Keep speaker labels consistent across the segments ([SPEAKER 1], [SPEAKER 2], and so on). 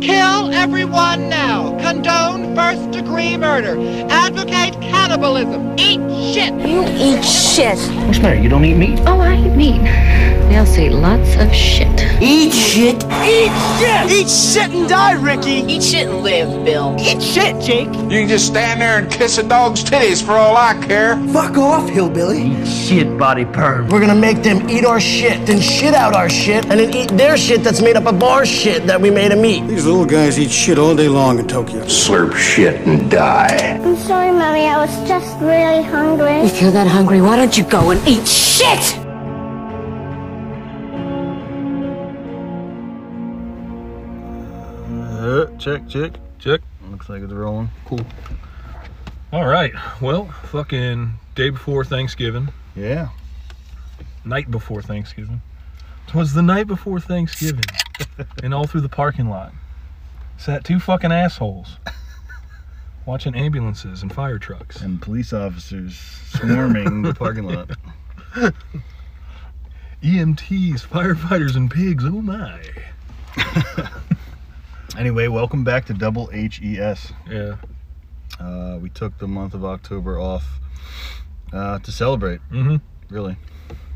[SPEAKER 1] Kill everyone now. Condone first degree murder. Advocate cannibalism. Eat shit.
[SPEAKER 2] You eat shit.
[SPEAKER 3] What's the matter? You don't eat meat?
[SPEAKER 4] Oh, I eat meat. They all say lots of shit.
[SPEAKER 5] Eat shit.
[SPEAKER 6] Eat shit.
[SPEAKER 7] Eat shit and die, Ricky.
[SPEAKER 8] Eat shit and live, Bill.
[SPEAKER 9] Eat shit, Jake.
[SPEAKER 10] You can just stand there and kiss a dog's titties for all I care.
[SPEAKER 11] Fuck off, hillbilly.
[SPEAKER 12] Eat shit, body perv.
[SPEAKER 13] We're gonna make them eat our shit, then shit out our shit, and then eat their shit that's made up of our shit that we made them eat.
[SPEAKER 14] These little guys eat shit all day long in Tokyo.
[SPEAKER 15] Slurp shit and die.
[SPEAKER 16] I'm sorry, Mommy. I was just really hungry.
[SPEAKER 2] If you're that hungry, why don't you go and eat shit?
[SPEAKER 17] Uh, check, check, check. Looks like it's rolling. Cool. All right. Well, fucking day before Thanksgiving.
[SPEAKER 3] Yeah.
[SPEAKER 17] Night before Thanksgiving. It was the night before Thanksgiving. and all through the parking lot sat two fucking assholes watching ambulances and fire trucks
[SPEAKER 3] and police officers swarming the parking lot.
[SPEAKER 17] EMTs, E firefighters, and pigs. Oh my.
[SPEAKER 3] anyway, welcome back to Double HES.
[SPEAKER 17] Yeah.
[SPEAKER 3] Uh, we took the month of October off uh, to celebrate.
[SPEAKER 17] Mm-hmm.
[SPEAKER 3] Really.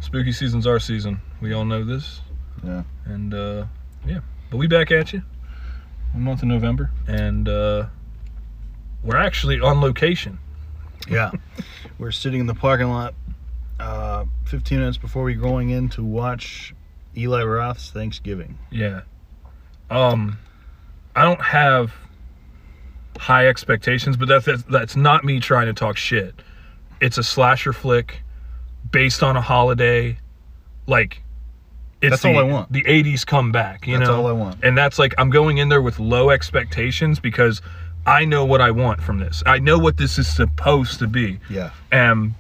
[SPEAKER 17] Spooky season's our season. We all know this.
[SPEAKER 3] Yeah.
[SPEAKER 17] And uh, yeah, but we back at you month of November, and uh, we're actually on location.
[SPEAKER 3] Yeah, we're sitting in the parking lot uh, 15 minutes before we're going in to watch Eli Roth's Thanksgiving.
[SPEAKER 17] Yeah. Um, I don't have high expectations, but that's that's, that's not me trying to talk shit. It's a slasher flick based on a holiday, like it's
[SPEAKER 3] that's
[SPEAKER 17] the,
[SPEAKER 3] all I want.
[SPEAKER 17] The 80s comeback, you
[SPEAKER 3] that's
[SPEAKER 17] know.
[SPEAKER 3] all I want.
[SPEAKER 17] And that's like I'm going in there with low expectations because I know what I want from this. I know what this is supposed to be.
[SPEAKER 3] Yeah.
[SPEAKER 17] Um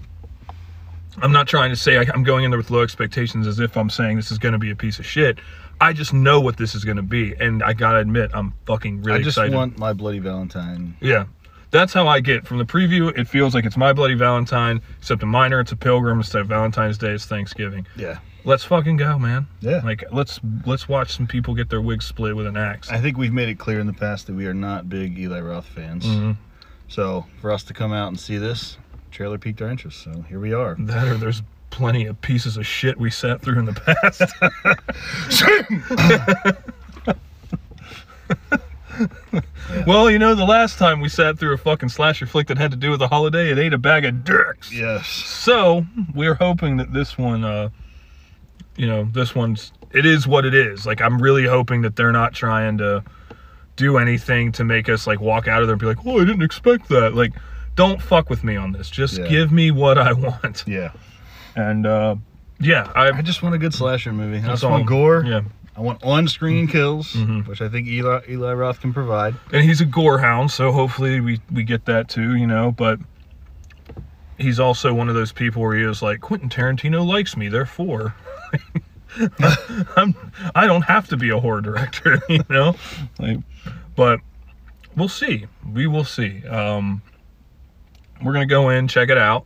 [SPEAKER 17] I'm not trying to say I, I'm going in there with low expectations as if I'm saying this is going to be a piece of shit. I just know what this is going to be, and I gotta admit, I'm fucking really
[SPEAKER 3] I just
[SPEAKER 17] excited.
[SPEAKER 3] want my bloody Valentine.
[SPEAKER 17] Yeah, that's how I get from the preview. It feels like it's my bloody Valentine, except a minor, it's a pilgrim. Instead of Valentine's Day, it's Thanksgiving.
[SPEAKER 3] Yeah
[SPEAKER 17] let's fucking go, man.
[SPEAKER 3] Yeah.
[SPEAKER 17] Like let's let's watch some people get their wigs split with an axe.
[SPEAKER 3] I think we've made it clear in the past that we are not big Eli Roth fans.
[SPEAKER 17] Mm-hmm.
[SPEAKER 3] So for us to come out and see this trailer piqued our interest. So here we are.
[SPEAKER 17] That or there's plenty of pieces of shit we sat through in the past. yeah. Well, you know, the last time we sat through a fucking slasher flick that had to do with a holiday, it ate a bag of dicks.
[SPEAKER 3] Yes.
[SPEAKER 17] So we're hoping that this one uh, you know this one's it is what it is like i'm really hoping that they're not trying to do anything to make us like walk out of there and be like oh i didn't expect that like don't fuck with me on this just
[SPEAKER 3] yeah.
[SPEAKER 17] give me what i want
[SPEAKER 3] yeah
[SPEAKER 17] and uh yeah i,
[SPEAKER 3] I just want a good slasher movie i just want I'm, gore
[SPEAKER 17] yeah
[SPEAKER 3] I want on-screen kills,
[SPEAKER 17] mm-hmm.
[SPEAKER 3] which I think Eli, Eli Roth can provide.
[SPEAKER 17] And he's a gore hound, so hopefully we, we get that too, you know. But he's also one of those people where he was like, Quentin Tarantino likes me, therefore I'm, I don't have to be a horror director, you know? Like, but we'll see. We will see. Um, we're going to go in, check it out,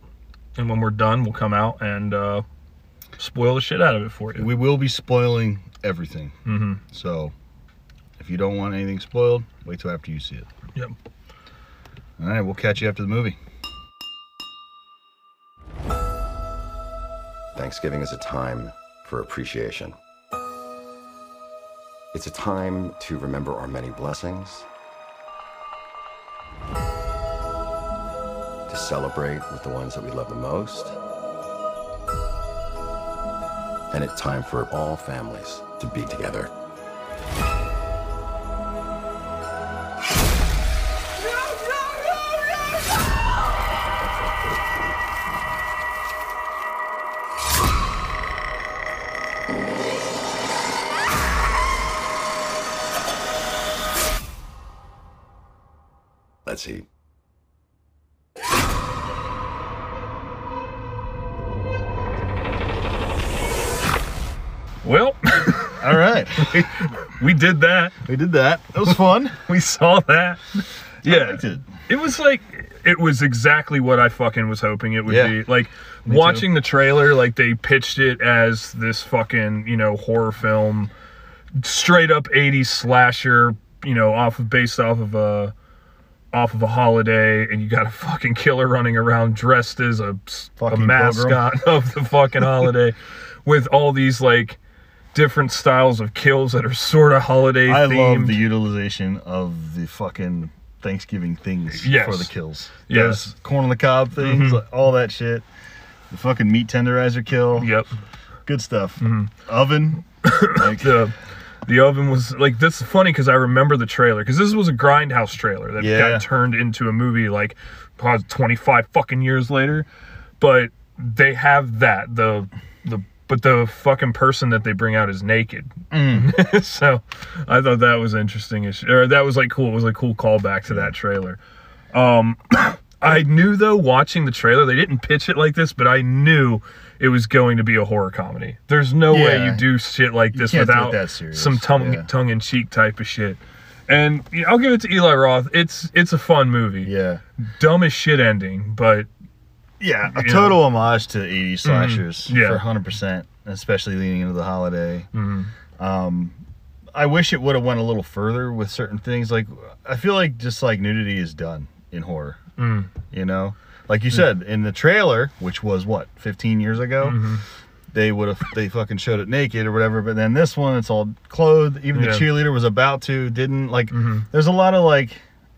[SPEAKER 17] and when we're done, we'll come out and uh, spoil the shit out of it for you.
[SPEAKER 3] We will be spoiling everything.
[SPEAKER 17] Mm-hmm.
[SPEAKER 3] So if you don't want anything spoiled, wait till after you see it.
[SPEAKER 17] Yep.
[SPEAKER 3] All right, we'll catch you after the movie.
[SPEAKER 15] Thanksgiving is a time for appreciation. It's a time to remember our many blessings, to celebrate with the ones that we love the most, and it's time for all families to be together. Let's see.
[SPEAKER 17] Well,
[SPEAKER 3] all right.
[SPEAKER 17] We, we, did that.
[SPEAKER 3] We did that. That was fun.
[SPEAKER 17] we saw that. Yeah.
[SPEAKER 3] It.
[SPEAKER 17] it. was like it was exactly what I fucking was hoping it would
[SPEAKER 3] yeah.
[SPEAKER 17] be. Like
[SPEAKER 3] Me
[SPEAKER 17] watching
[SPEAKER 3] too.
[SPEAKER 17] the trailer, like they pitched it as this fucking, you know, horror film, straight up 80s slasher you know, off of based off of a off of a holiday, and you got a fucking killer running around dressed as a, s- a
[SPEAKER 3] Fucking
[SPEAKER 17] mascot of the fucking holiday, with all these like different styles of kills that are sort of holiday
[SPEAKER 3] I
[SPEAKER 17] themed.
[SPEAKER 3] love the utilization of the fucking Thanksgiving things
[SPEAKER 17] Yes.
[SPEAKER 3] for the kills.
[SPEAKER 17] Yes. Mm-hmm.
[SPEAKER 3] Those corn on the cob things, like, all that shit. The fucking meat tenderizer kill.
[SPEAKER 17] Yep.
[SPEAKER 3] Good stuff.
[SPEAKER 17] Mm-hmm.
[SPEAKER 3] Oven. Like,
[SPEAKER 17] the the oven was like that's funny because I remember the trailer because this was a grindhouse trailer that
[SPEAKER 3] Yeah.
[SPEAKER 17] got turned into a movie like probably 25 fucking years later but they have that the the but the fucking person that they bring out is naked
[SPEAKER 3] Mm.
[SPEAKER 17] so I thought that was interesting as sh- or that was like cool it was a cool callback to that trailer Um, I knew though watching the trailer, they didn't pitch it like this, but I knew it was going to be a horror comedy. There's no way
[SPEAKER 3] Yeah.
[SPEAKER 17] you do shit like this
[SPEAKER 3] can't do it
[SPEAKER 17] without
[SPEAKER 3] that serious,
[SPEAKER 17] some tongue
[SPEAKER 3] yeah.
[SPEAKER 17] tongue in cheek type of shit. And you know, I'll give it to Eli Roth. It's it's a fun movie.
[SPEAKER 3] yeah.
[SPEAKER 17] Dumb as shit ending, but
[SPEAKER 3] Yeah. A
[SPEAKER 17] You Mm-hmm.
[SPEAKER 3] total homage to 80s slashers
[SPEAKER 17] Yeah.
[SPEAKER 3] for 100%, especially leaning into the holiday. Um,
[SPEAKER 17] Mm-hmm.
[SPEAKER 3] I wish it would have went a little further with certain things. Like, I feel like just like nudity is done in horror.
[SPEAKER 17] Mm.
[SPEAKER 3] You know? Like you said, in the trailer, which was what, 15 years ago?
[SPEAKER 17] Mm-hmm.
[SPEAKER 3] They would have they fucking showed it naked or whatever, but then this one it's all clothed. Even
[SPEAKER 17] Yeah. Mm-hmm.
[SPEAKER 3] the cheerleader was about to, didn't like. There's a lot of like,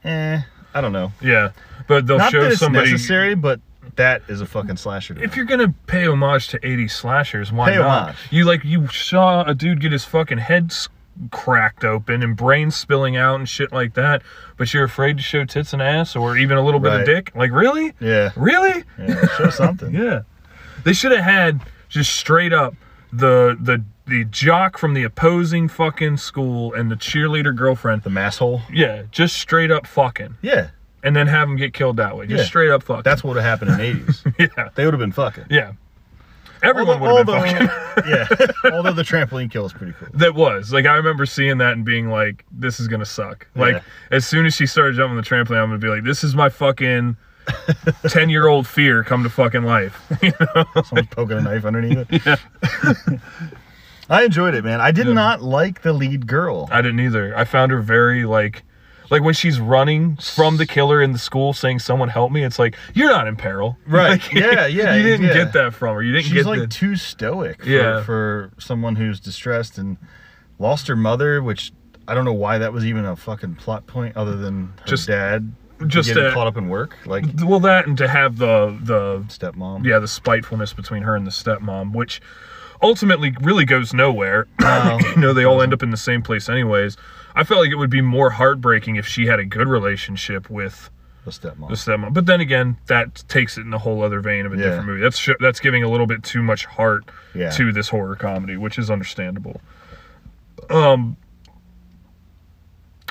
[SPEAKER 3] eh, I don't know.
[SPEAKER 17] yeah. But they'll
[SPEAKER 3] Not
[SPEAKER 17] show
[SPEAKER 3] that it's
[SPEAKER 17] somebody
[SPEAKER 3] necessary, but that is a fucking slasher. To
[SPEAKER 17] if
[SPEAKER 3] me.
[SPEAKER 17] you're gonna pay homage to 80s slashers, why
[SPEAKER 3] Pay
[SPEAKER 17] not?
[SPEAKER 3] homage.
[SPEAKER 17] You like you saw a dude get his fucking head s- cracked open and brains spilling out and shit like that, but you're afraid to show tits and ass or even a little bit
[SPEAKER 3] Right.
[SPEAKER 17] of dick. Like really,
[SPEAKER 3] yeah,
[SPEAKER 17] really?
[SPEAKER 3] yeah, show something.
[SPEAKER 17] Yeah. They should have had just straight up the the the jock from the opposing fucking school and the cheerleader girlfriend.
[SPEAKER 3] The mass hole.
[SPEAKER 17] Yeah, just straight up fucking,
[SPEAKER 3] Yeah,
[SPEAKER 17] and then have him get killed that way. Just
[SPEAKER 3] Yeah.
[SPEAKER 17] straight up fucking.
[SPEAKER 3] that's what would have happened in the eighties.
[SPEAKER 17] yeah,
[SPEAKER 3] They would have been fucking.
[SPEAKER 17] yeah. Everyone would have been fucking.
[SPEAKER 3] yeah, although the trampoline kill is pretty cool.
[SPEAKER 17] That was like I remember seeing that and being like, "This is gonna suck." Like
[SPEAKER 3] Yeah.
[SPEAKER 17] as soon as she started jumping the trampoline, I'm gonna be like, "This is my fucking ten year old fear come to fucking life."
[SPEAKER 3] Someone's poking a knife underneath it. I enjoyed it, man. I did not like the lead girl.
[SPEAKER 17] I didn't either. I found her very like, like when she's running from the killer in the school, saying, "Someone help me!" It's like you're not in peril,
[SPEAKER 3] Right.
[SPEAKER 17] Like,
[SPEAKER 3] Yeah, yeah,
[SPEAKER 17] You didn't
[SPEAKER 3] yeah.
[SPEAKER 17] get that from her. You didn't
[SPEAKER 3] She's
[SPEAKER 17] get
[SPEAKER 3] like
[SPEAKER 17] the-
[SPEAKER 3] too stoic for,
[SPEAKER 17] Yeah.
[SPEAKER 3] for someone who's distressed and lost her mother, which I don't know why that was even a fucking plot point other than her
[SPEAKER 17] Just-
[SPEAKER 3] dad
[SPEAKER 17] just
[SPEAKER 3] getting
[SPEAKER 17] that-
[SPEAKER 3] caught up in work, like
[SPEAKER 17] well that and to have the the
[SPEAKER 3] stepmom.
[SPEAKER 17] yeah the spitefulness between her and the stepmom which ultimately really goes nowhere you know they all end up in the same place anyways i felt like it would be more heartbreaking if she had a good relationship with
[SPEAKER 3] the
[SPEAKER 17] the
[SPEAKER 3] stepmom.
[SPEAKER 17] stepmom but then again that takes it in a whole other vein of a
[SPEAKER 3] Yeah.
[SPEAKER 17] different movie that's sh- that's giving a little bit too much heart
[SPEAKER 3] Yeah.
[SPEAKER 17] to this horror comedy which is understandable um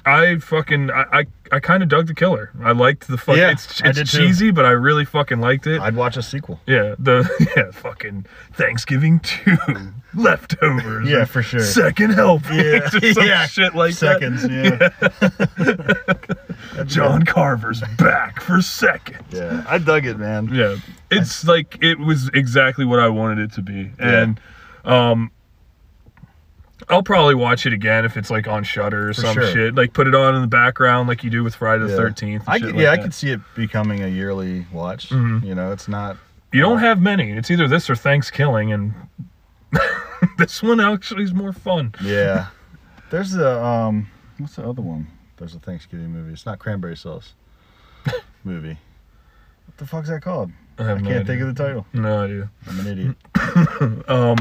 [SPEAKER 17] i fucking i i, I kind of dug the killer i liked the fuck
[SPEAKER 3] Yeah,
[SPEAKER 17] it's,
[SPEAKER 3] I
[SPEAKER 17] it's
[SPEAKER 3] did too.
[SPEAKER 17] cheesy but i really fucking liked it
[SPEAKER 3] I'd watch a sequel.
[SPEAKER 17] yeah, the yeah, fucking Thanksgiving two leftovers.
[SPEAKER 3] Yeah,
[SPEAKER 17] and
[SPEAKER 3] for sure.
[SPEAKER 17] Second helping.
[SPEAKER 3] Yeah.
[SPEAKER 17] Just some
[SPEAKER 3] Yeah.
[SPEAKER 17] shit like
[SPEAKER 3] Seconds, yeah.
[SPEAKER 17] that. John Carver's back for second.
[SPEAKER 3] yeah. I dug it, man.
[SPEAKER 17] Yeah, it's like it was exactly what I wanted it to be, and um, I'll probably watch it again if it's like on Shutter or some
[SPEAKER 3] sure.
[SPEAKER 17] shit. Like put it on in the background like you do with Friday the Thirteenth.
[SPEAKER 3] I could, yeah, I could see it becoming a yearly watch.
[SPEAKER 17] Mm-hmm.
[SPEAKER 3] You know, it's not.
[SPEAKER 17] You don't have many. It's either this or Thanksgiving, and this one actually is more fun.
[SPEAKER 3] Yeah. There's a um, what's the other one? There's a Thanksgiving movie. It's not cranberry sauce movie. What the fuck's that called?
[SPEAKER 17] I, have
[SPEAKER 3] I
[SPEAKER 17] no
[SPEAKER 3] can't
[SPEAKER 17] idea.
[SPEAKER 3] think of the title.
[SPEAKER 17] No idea.
[SPEAKER 3] I'm an idiot.
[SPEAKER 17] All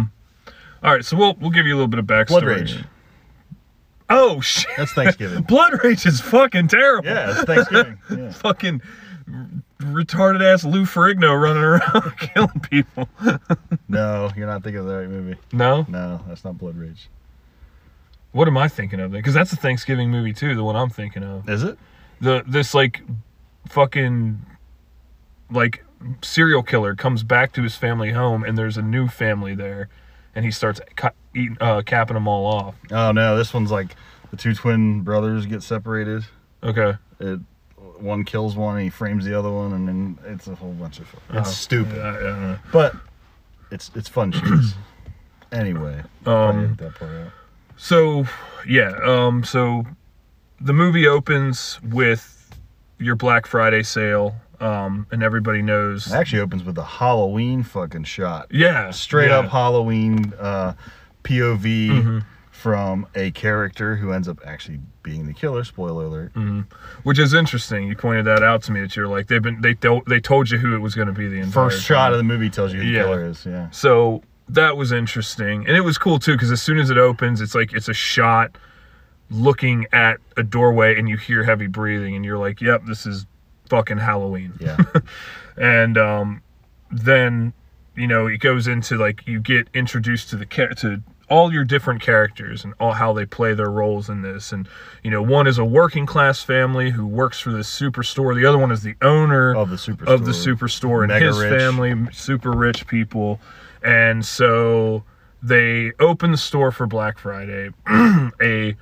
[SPEAKER 17] right, so we'll we'll give you a little bit of backstory.
[SPEAKER 3] Blood Rage.
[SPEAKER 17] Oh shit!
[SPEAKER 3] That's Thanksgiving.
[SPEAKER 17] Blood Rage is fucking terrible.
[SPEAKER 3] yeah, it's Thanksgiving. Yeah.
[SPEAKER 17] Fucking retarded ass Lou Ferrigno running around killing people.
[SPEAKER 3] No, you're not thinking of the right movie.
[SPEAKER 17] No.
[SPEAKER 3] No, that's not Blood Rage.
[SPEAKER 17] What am I thinking of then? Because that's a Thanksgiving movie too. The one I'm thinking of.
[SPEAKER 3] Is it?
[SPEAKER 17] The this like fucking like serial killer comes back to his family home and there's a new family there, and he starts ca- eating uh, capping them all off.
[SPEAKER 3] Oh no, this one's like the two twin brothers get separated.
[SPEAKER 17] Okay.
[SPEAKER 3] It one kills one and he frames the other one, and then it's a whole bunch of. It's stupid.
[SPEAKER 17] I- I don't know.
[SPEAKER 3] But it's it's fun cheese. anyway, um, that part out.
[SPEAKER 17] So, yeah. Um. So, the movie opens with your Black Friday sale, um, and everybody knows.
[SPEAKER 3] It actually opens with a Halloween fucking shot.
[SPEAKER 17] Yeah,
[SPEAKER 3] Straight
[SPEAKER 17] yeah.
[SPEAKER 3] up Halloween uh, POV from a character who ends up actually being the killer. Spoiler alert.
[SPEAKER 17] which is interesting. You pointed that out to me that you're like they've been they told they told you who it was going to be the entire
[SPEAKER 3] First shot
[SPEAKER 17] time.
[SPEAKER 3] of the movie tells you who the
[SPEAKER 17] Yeah.
[SPEAKER 3] killer is. Yeah.
[SPEAKER 17] So that was interesting, and it was cool too because as soon as it opens, it's like it's a shot looking at a doorway, and you hear heavy breathing, and you're like, "Yep, this is fucking Halloween."
[SPEAKER 3] Yeah.
[SPEAKER 17] and um, then you know it goes into like you get introduced to the char- to all your different characters and all how they play their roles in this and you know one is a working class family who works for this superstore the other one is the owner
[SPEAKER 3] Of the superstore.
[SPEAKER 17] of the superstore and
[SPEAKER 3] Mega
[SPEAKER 17] his
[SPEAKER 3] rich.
[SPEAKER 17] family super rich people and so they open the store for black friday a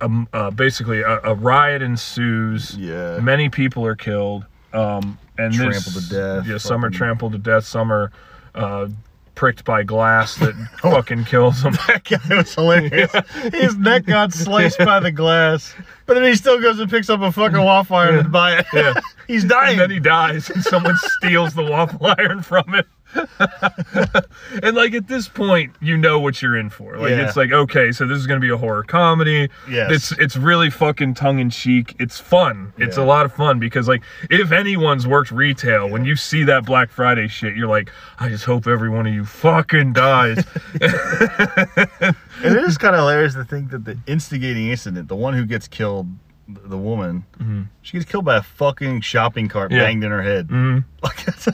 [SPEAKER 17] um, uh, basically a, a riot ensues
[SPEAKER 3] Yeah.
[SPEAKER 17] many people are killed um and this-
[SPEAKER 3] Trampled to death,
[SPEAKER 17] yeah some are
[SPEAKER 3] fucking-
[SPEAKER 17] trampled to death some are uh pricked by glass that
[SPEAKER 3] Oh.
[SPEAKER 17] fucking kills them
[SPEAKER 3] That guy was hilarious. His neck got sliced by the glass, but then he still goes and picks up a fucking waffle iron and buy it. He's dying.
[SPEAKER 17] and then he dies and someone steals the waffle iron from him and like at this point you know what you're in for like
[SPEAKER 3] Yeah.
[SPEAKER 17] it's like okay so this is gonna be a horror comedy
[SPEAKER 3] Yes.
[SPEAKER 17] it's it's really fucking tongue-in-cheek it's fun it's
[SPEAKER 3] Yeah.
[SPEAKER 17] a lot of fun because like if anyone's worked retail when you see that black friday shit you're like i just hope every one of you fucking dies
[SPEAKER 3] and it is kind of hilarious to think that the instigating incident, the one who gets killed, th- the woman, she gets killed by a fucking shopping cart
[SPEAKER 17] Mm-hmm. Yeah. Mm-hmm.
[SPEAKER 3] banged in her head. Like it's,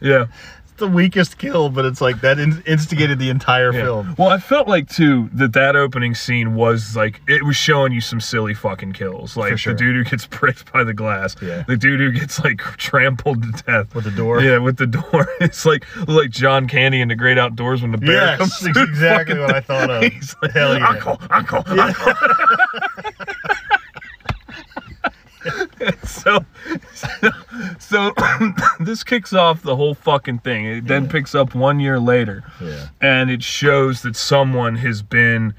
[SPEAKER 17] yeah
[SPEAKER 3] it's the weakest kill, but it's like that in- instigated the entire
[SPEAKER 17] Yeah.
[SPEAKER 3] film.
[SPEAKER 17] Well, I felt like too that that opening scene was like it was showing you some silly fucking kills, like
[SPEAKER 3] sure.
[SPEAKER 17] the dude who gets pricked by the glass,
[SPEAKER 3] Yeah.
[SPEAKER 17] the dude who gets like trampled to death
[SPEAKER 3] With the door.
[SPEAKER 17] Yeah, with the door. It's like like John Candy in The Great Outdoors when the bear
[SPEAKER 3] Yes,
[SPEAKER 17] comes.
[SPEAKER 3] that's
[SPEAKER 17] through the
[SPEAKER 3] exactly
[SPEAKER 17] fucking
[SPEAKER 3] what I
[SPEAKER 17] thing.
[SPEAKER 3] thought of.
[SPEAKER 17] He's like,
[SPEAKER 3] Hell yeah.
[SPEAKER 17] Uncle, uncle, uncle. so, so, so this kicks off the whole fucking thing. It then picks up one year later,
[SPEAKER 3] Yeah.
[SPEAKER 17] and it shows that someone has been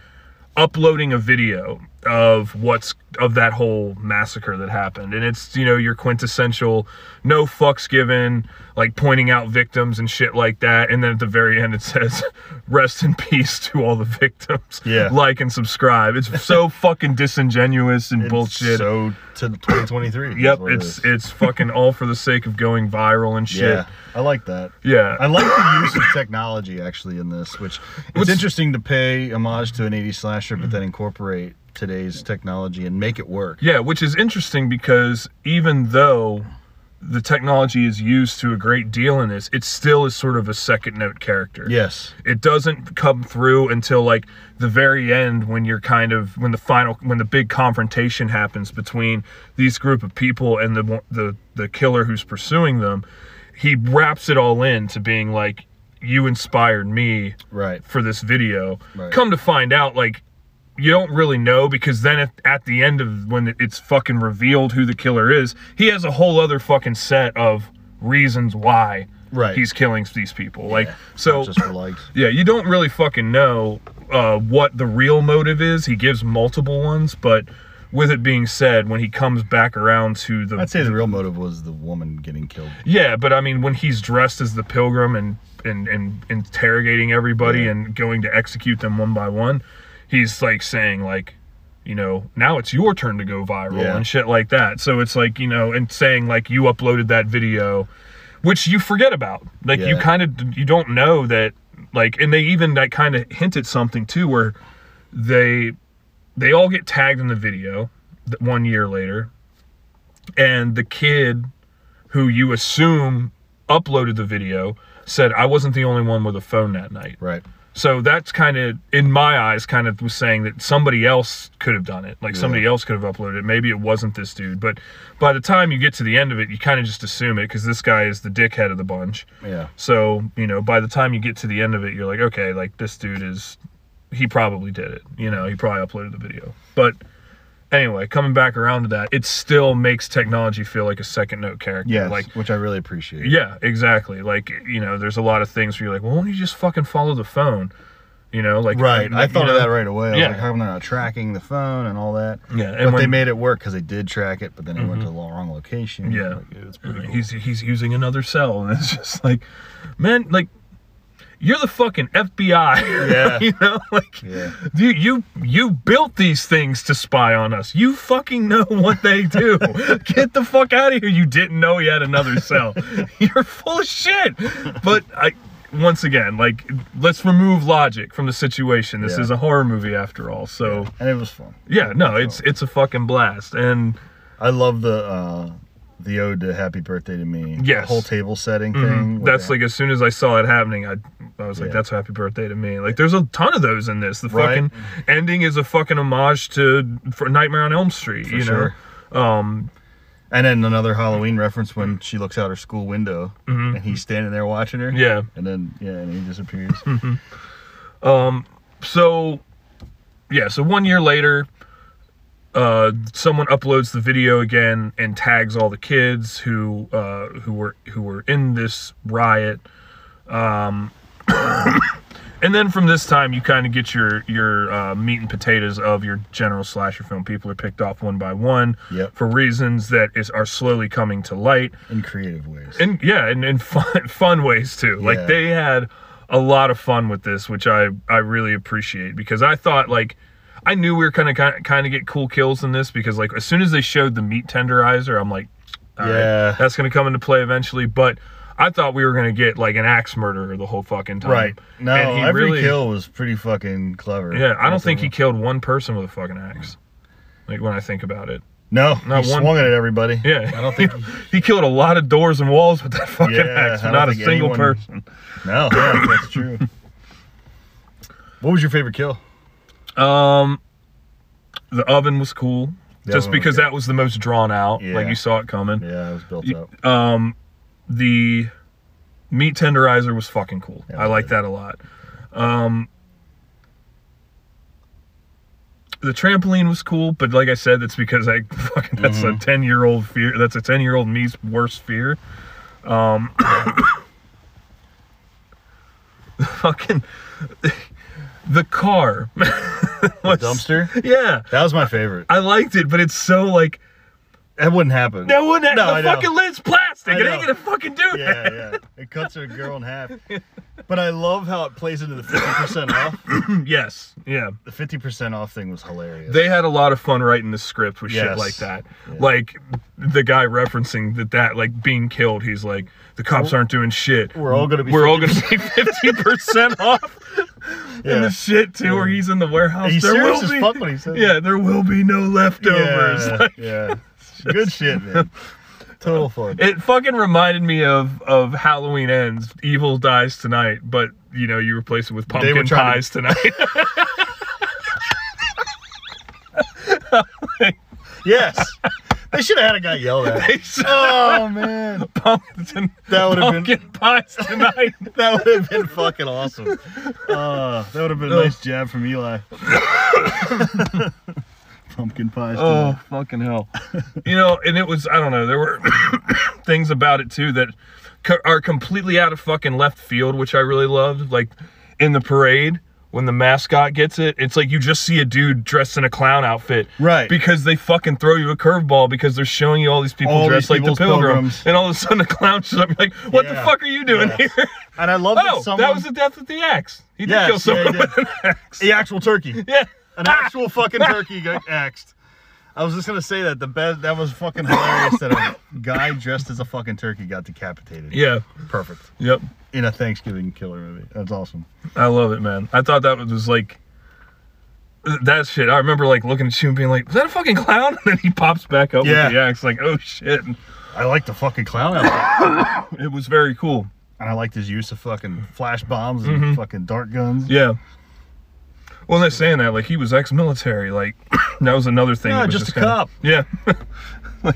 [SPEAKER 17] uploading a video of what's of that whole massacre that happened and it's you know your quintessential no fucks given like pointing out victims and shit like that and then at the very end it says rest in peace to all the victims
[SPEAKER 3] Yeah.
[SPEAKER 17] like and subscribe it's so fucking disingenuous and
[SPEAKER 3] It's
[SPEAKER 17] bullshit
[SPEAKER 3] So to 2023. is
[SPEAKER 17] yep
[SPEAKER 3] what it
[SPEAKER 17] it's
[SPEAKER 3] is.
[SPEAKER 17] it's fucking all for the sake of going viral and shit
[SPEAKER 3] yeah. I like that.
[SPEAKER 17] yeah
[SPEAKER 3] I like the use of technology actually in this, which it's
[SPEAKER 17] What's-
[SPEAKER 3] interesting to pay homage to an 80s slasher, but then incorporate today's technology and make it work.
[SPEAKER 17] Yeah, which is interesting because even though the technology is used to a great deal in this, it still is sort of a second note character.
[SPEAKER 3] Yes.
[SPEAKER 17] It doesn't come through until like the very end when you're kind of when the final when the big confrontation happens between these group of people and the the the killer who's pursuing them. He wraps it all in to being like you inspired me
[SPEAKER 3] Right.
[SPEAKER 17] for this video.
[SPEAKER 3] Right.
[SPEAKER 17] Come to find out, like, you don't really know because then at, at the end of when it's fucking revealed who the killer is, he has a whole other fucking set of reasons why
[SPEAKER 3] Right.
[SPEAKER 17] he's killing these people. Like, so.
[SPEAKER 3] Just for likes.
[SPEAKER 17] Yeah, you don't really fucking know uh, what the real motive is. He gives multiple ones, but with it being said, when he comes back around to the
[SPEAKER 3] I'd say the real motive was the woman getting killed.
[SPEAKER 17] yeah, but I mean, when he's dressed as the pilgrim and and, and interrogating everybody and going to execute them one by one, he's like saying like, you know, now it's your turn to go viral
[SPEAKER 3] Yeah.
[SPEAKER 17] and shit like that. So it's like you know, and saying like you uploaded that video, which you forget about. Like you
[SPEAKER 3] Yeah.
[SPEAKER 17] kind of you don't know that like, and they even like kind of hint at something too, where they they all get tagged in the video th- one year later and the kid who you assume uploaded the video said i wasn't the only one with a phone that night
[SPEAKER 3] Right.
[SPEAKER 17] so that's kind of in my eyes kind of was saying that somebody else could have done it like somebody else could have uploaded it maybe it wasn't this dude but by the time you get to the end of it you kind of just assume it because this guy is the dickhead of the bunch
[SPEAKER 3] Yeah.
[SPEAKER 17] so, you know, by the time you get to the end of it, you're like, okay, like this dude is, he probably did it. You know, he probably uploaded the video. But anyway, coming back around to that, it still makes technology feel like a second note character.
[SPEAKER 3] Yes.
[SPEAKER 17] Like,
[SPEAKER 3] which I really appreciate.
[SPEAKER 17] yeah, exactly. Like, you know, there's a lot of things where you're like, well, why don't you just fucking follow the phone? You know, like
[SPEAKER 3] Right. I
[SPEAKER 17] like, you
[SPEAKER 3] thought of
[SPEAKER 17] know,
[SPEAKER 3] that right away. I was
[SPEAKER 17] Yeah.
[SPEAKER 3] like, how come they're not tracking the phone and all that?
[SPEAKER 17] Yeah, and
[SPEAKER 3] but they
[SPEAKER 17] when-
[SPEAKER 3] made it work because they did track it, but then it went to the wrong location.
[SPEAKER 17] Yeah. Uh,
[SPEAKER 3] Like, it's pretty cool.
[SPEAKER 17] He's he's using another cell, and it's just like, man, like you're the fucking FBI.
[SPEAKER 3] Yeah.
[SPEAKER 17] you know, like
[SPEAKER 3] Yeah.
[SPEAKER 17] you you you built these things to spy on us. You fucking know what they do. Get the fuck out of here. You didn't know he had another cell. you're full of shit. But I. Once again, like let's remove logic from the situation. This
[SPEAKER 3] Yeah.
[SPEAKER 17] is a horror movie after all. So
[SPEAKER 3] And it was fun.
[SPEAKER 17] yeah, no, it's it's a fucking blast. And
[SPEAKER 3] I love the uh, the ode to Happy Birthday to Me.
[SPEAKER 17] Yes.
[SPEAKER 3] The whole table setting thing.
[SPEAKER 17] Mhm.
[SPEAKER 3] with
[SPEAKER 17] That's
[SPEAKER 3] that.
[SPEAKER 17] like as soon as I saw it happening, I I was like,
[SPEAKER 3] Yeah.
[SPEAKER 17] "That's happy birthday to me." Like, there's a ton of those in this. The
[SPEAKER 3] Right.
[SPEAKER 17] fucking ending is a fucking homage to for Nightmare on Elm Street. you
[SPEAKER 3] sure.
[SPEAKER 17] know, um,
[SPEAKER 3] And then another Halloween reference when she looks out her school window and he's standing there watching her.
[SPEAKER 17] yeah.
[SPEAKER 3] And then yeah, and he disappears.
[SPEAKER 17] So, yeah. So one year later, uh, someone uploads the video again and tags all the kids who uh, who were who were in this riot. Um, and then from this time, you kind of get your your uh, meat and potatoes of your general slasher film. People are picked off one by one
[SPEAKER 3] Yep.
[SPEAKER 17] for reasons that is are slowly coming to light
[SPEAKER 3] in creative ways.
[SPEAKER 17] and yeah and in fun fun ways too
[SPEAKER 3] Yeah.
[SPEAKER 17] like they had a lot of fun with this which i i really appreciate because i thought like i knew we were kind of kind of get cool kills in this because like as soon as they showed the meat tenderizer i'm like all right,
[SPEAKER 3] Yeah.
[SPEAKER 17] that's gonna come into play eventually but i thought we were gonna get like an axe murderer the whole fucking time
[SPEAKER 3] right. No,
[SPEAKER 17] Um, And he
[SPEAKER 3] every
[SPEAKER 17] really-
[SPEAKER 3] kill was pretty fucking clever.
[SPEAKER 17] yeah i don't think he
[SPEAKER 3] Nothing-
[SPEAKER 17] killed one person with a fucking axe like when i think about it
[SPEAKER 3] No,
[SPEAKER 17] Not
[SPEAKER 3] he
[SPEAKER 17] one-
[SPEAKER 3] swung it at everybody.
[SPEAKER 17] yeah
[SPEAKER 3] I don't think
[SPEAKER 17] he killed a lot of doors and walls with that fucking
[SPEAKER 3] Yeah,
[SPEAKER 17] axe
[SPEAKER 3] I
[SPEAKER 17] but
[SPEAKER 3] don't
[SPEAKER 17] not a
[SPEAKER 3] think
[SPEAKER 17] single
[SPEAKER 3] anyone-
[SPEAKER 17] person
[SPEAKER 3] No, yeah, that's true. What was your favorite kill?
[SPEAKER 17] Um, the oven was cool,
[SPEAKER 3] The oven
[SPEAKER 17] just
[SPEAKER 3] was
[SPEAKER 17] because
[SPEAKER 3] good.
[SPEAKER 17] that was the most drawn out. Like
[SPEAKER 3] Yeah.
[SPEAKER 17] you saw it coming.
[SPEAKER 3] Yeah, it was built up.
[SPEAKER 17] The meat tenderizer was fucking cool.
[SPEAKER 3] Yeah, it
[SPEAKER 17] I
[SPEAKER 3] was
[SPEAKER 17] like
[SPEAKER 3] good.
[SPEAKER 17] that a lot. Um, the trampoline was cool, but like I said, that's because I fucking that's
[SPEAKER 3] Mm-hmm.
[SPEAKER 17] a ten year old fear. That's a ten year old me's worst fear. Um, the fucking the car.
[SPEAKER 3] The dumpster.
[SPEAKER 17] yeah.
[SPEAKER 3] That was my favorite.
[SPEAKER 17] I liked it, but it's so like
[SPEAKER 3] That wouldn't happen.
[SPEAKER 17] that wouldn't have
[SPEAKER 3] No, I
[SPEAKER 17] the
[SPEAKER 3] know.
[SPEAKER 17] fucking lid's plastic.
[SPEAKER 3] I
[SPEAKER 17] It ain't
[SPEAKER 3] know.
[SPEAKER 17] gonna fucking do
[SPEAKER 3] Yeah,
[SPEAKER 17] that.
[SPEAKER 3] yeah. It cuts a girl in half. But I love how it plays into the 50% off.
[SPEAKER 17] yes, yeah.
[SPEAKER 3] The 50% off thing was hilarious.
[SPEAKER 17] They had a lot of fun writing the script with shit
[SPEAKER 3] Yes.
[SPEAKER 17] like that.
[SPEAKER 3] Yeah.
[SPEAKER 17] Like the guy referencing that that like being killed, he's like, the cops aren't doing shit.
[SPEAKER 3] we're all gonna be
[SPEAKER 17] we're all gonna be fifty percent off. And the shit too, where he's in the warehouse.
[SPEAKER 3] He's
[SPEAKER 17] there
[SPEAKER 3] serious
[SPEAKER 17] will
[SPEAKER 3] as
[SPEAKER 17] be,
[SPEAKER 3] fuck when he says
[SPEAKER 17] yeah, there will be no leftovers.
[SPEAKER 3] Yeah,
[SPEAKER 17] Like,
[SPEAKER 3] yeah. Good shit, man. Total fun.
[SPEAKER 17] It fucking reminded me of of Halloween ends, evil dies tonight, but you know you replace it with
[SPEAKER 3] were trying
[SPEAKER 17] pumpkin
[SPEAKER 3] to-
[SPEAKER 17] pies tonight.
[SPEAKER 3] yes. They should have had a guy yell that. Oh man,
[SPEAKER 17] pumpkin,
[SPEAKER 3] that would have been
[SPEAKER 17] pumpkin pies tonight.
[SPEAKER 3] that would have been fucking awesome. Uh, that would have been a nice jab from Eli. Pumpkin pies. tonight.
[SPEAKER 17] fucking hell! you know, and it was I don't know. There were things about it too that co- are completely out of fucking left field, which I really loved. Like in the parade. When the mascot gets it, it's like you just see a dude dressed in a clown outfit,
[SPEAKER 3] Right.
[SPEAKER 17] Because they fucking throw you a curveball because they're showing you all these people
[SPEAKER 3] All
[SPEAKER 17] dressed
[SPEAKER 3] these
[SPEAKER 17] like the
[SPEAKER 3] people's
[SPEAKER 17] pilgrims,
[SPEAKER 3] pilgrims.
[SPEAKER 17] and all of a sudden the clown shows up. You're like, what the
[SPEAKER 3] Yeah.
[SPEAKER 17] fuck are you doing
[SPEAKER 3] Yes.
[SPEAKER 17] here?
[SPEAKER 3] And I love
[SPEAKER 17] Oh,
[SPEAKER 3] that someone.
[SPEAKER 17] that was the death with the axe. He did
[SPEAKER 3] Yes,
[SPEAKER 17] kill someone
[SPEAKER 3] yeah, he
[SPEAKER 17] with
[SPEAKER 3] did.
[SPEAKER 17] an axe.
[SPEAKER 3] the actual turkey.
[SPEAKER 17] Yeah.
[SPEAKER 3] An actual fucking turkey got axed. I was just gonna say that the best. That was fucking hilarious that a guy dressed as a fucking turkey got decapitated.
[SPEAKER 17] Yeah.
[SPEAKER 3] Perfect.
[SPEAKER 17] Yep.
[SPEAKER 3] In a Thanksgiving killer movie. That's awesome.
[SPEAKER 17] I love it, man. I thought that was, was like th- that shit. I remember like looking at you and being like, "Is that a fucking clown?" And then he pops back up
[SPEAKER 3] Yeah.
[SPEAKER 17] with the axe, like, "Oh shit!" And
[SPEAKER 3] I like the fucking clown outfit.
[SPEAKER 17] it was very cool.
[SPEAKER 3] And I liked his use of fucking flash bombs and fucking dart guns.
[SPEAKER 17] Mm-hmm. Yeah. Well, they're saying that like he was ex-military. Like that was another thing.
[SPEAKER 3] No,
[SPEAKER 17] that was
[SPEAKER 3] just a
[SPEAKER 17] kinda-
[SPEAKER 3] cop.
[SPEAKER 17] Yeah. I